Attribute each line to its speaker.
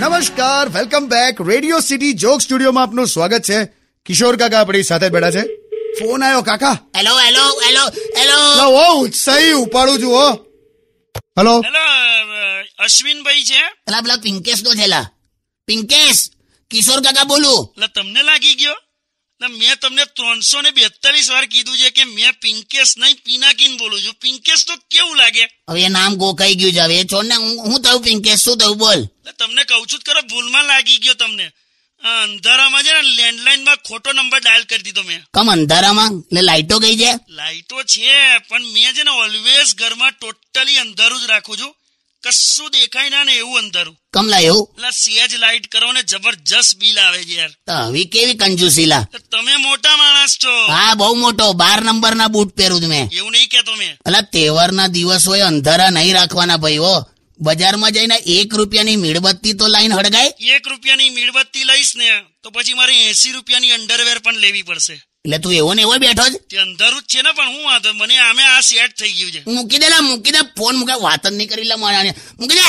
Speaker 1: નમસ્કાર welcome back radio city joke સ્ટુડિયોમાં આપનું સ્વાગત છે કિશોર કાકા આપણી સાથે બેઠા છે ફોન આવ્યો કાકા
Speaker 2: હેલો હેલો હેલો હેલો
Speaker 1: લાવો ઉત્સાહી ઉપાડું છું હો હલો
Speaker 3: હેલો અ, અશ્વિનભાઈ છે
Speaker 2: પેલા પેલા પિંકેશ નો છેલા પિંકેશ કિશોર કાકા બોલું
Speaker 3: એટલે તમને લાગી ગયો એટલે મેં તમને ત્રણસો ને બેતાલીસ વાર કીધું છે કે મેં પિંકેશ નહીં પિનાકીન બોલું છું પિંકેશ તો કેવું લાગે
Speaker 2: હવે એ નામ ગોખાઈ ગયું છે હવે એ છોડ ને હું હું થયું પિંકેશ શું થયું બોલ
Speaker 3: એટલે તમને કહું છું જ ખરો ભૂલમાં લાગી ગયો તમને આ અંધારામાં છે ને લેન્ડલાઇનમાં ખોટો નંબર ડાયલ કરી દીધો મેં
Speaker 2: કમ અંધારામાં એટલે લાઈટો ગઈ છે
Speaker 3: લાઇટો છે પણ મેં છે ને ઓલવેઝ ઘરમાં ટોટલી અંધારું જ રાખું છું કશું દેખાય ના ને એવું અંધારું
Speaker 2: કમ લાયું
Speaker 3: એટલે સેજ લાઇટ કરો ને જબરજસ્ત બિલ આવે છે યાર
Speaker 2: તો હવે કેવી કંજુસીલા
Speaker 3: એટલે તમે મોટા માણસ છો
Speaker 2: હા બહુ મોટો બાર નંબર ના બૂટ પહેરું છું મેં
Speaker 3: એવું નહીં કેતો મેં
Speaker 2: પેલા તહેવાર ના દિવસોએ અંધારા નહીં રાખવાના ભાઈ હો બજારમાં જઈને એક રૂપિયાની મીણબત્તી તો લાઈન હળગાય
Speaker 3: એક રૂપિયાની મીણબત્તી લઈશ ને તો પછી મારે એસી રૂપિયાની અંડરવેર પણ લેવી પડશે
Speaker 2: એટલે તું એવો ને એવો બેઠો જ
Speaker 3: તે અંધારું જ છે ને પણ હું વાંધો મને આમે આ સેટ થઈ ગયું છે
Speaker 2: મૂકી દે લા, મૂકી દે ફોન મૂકે વાતન નહીં કરી લે મારા મૂકી દે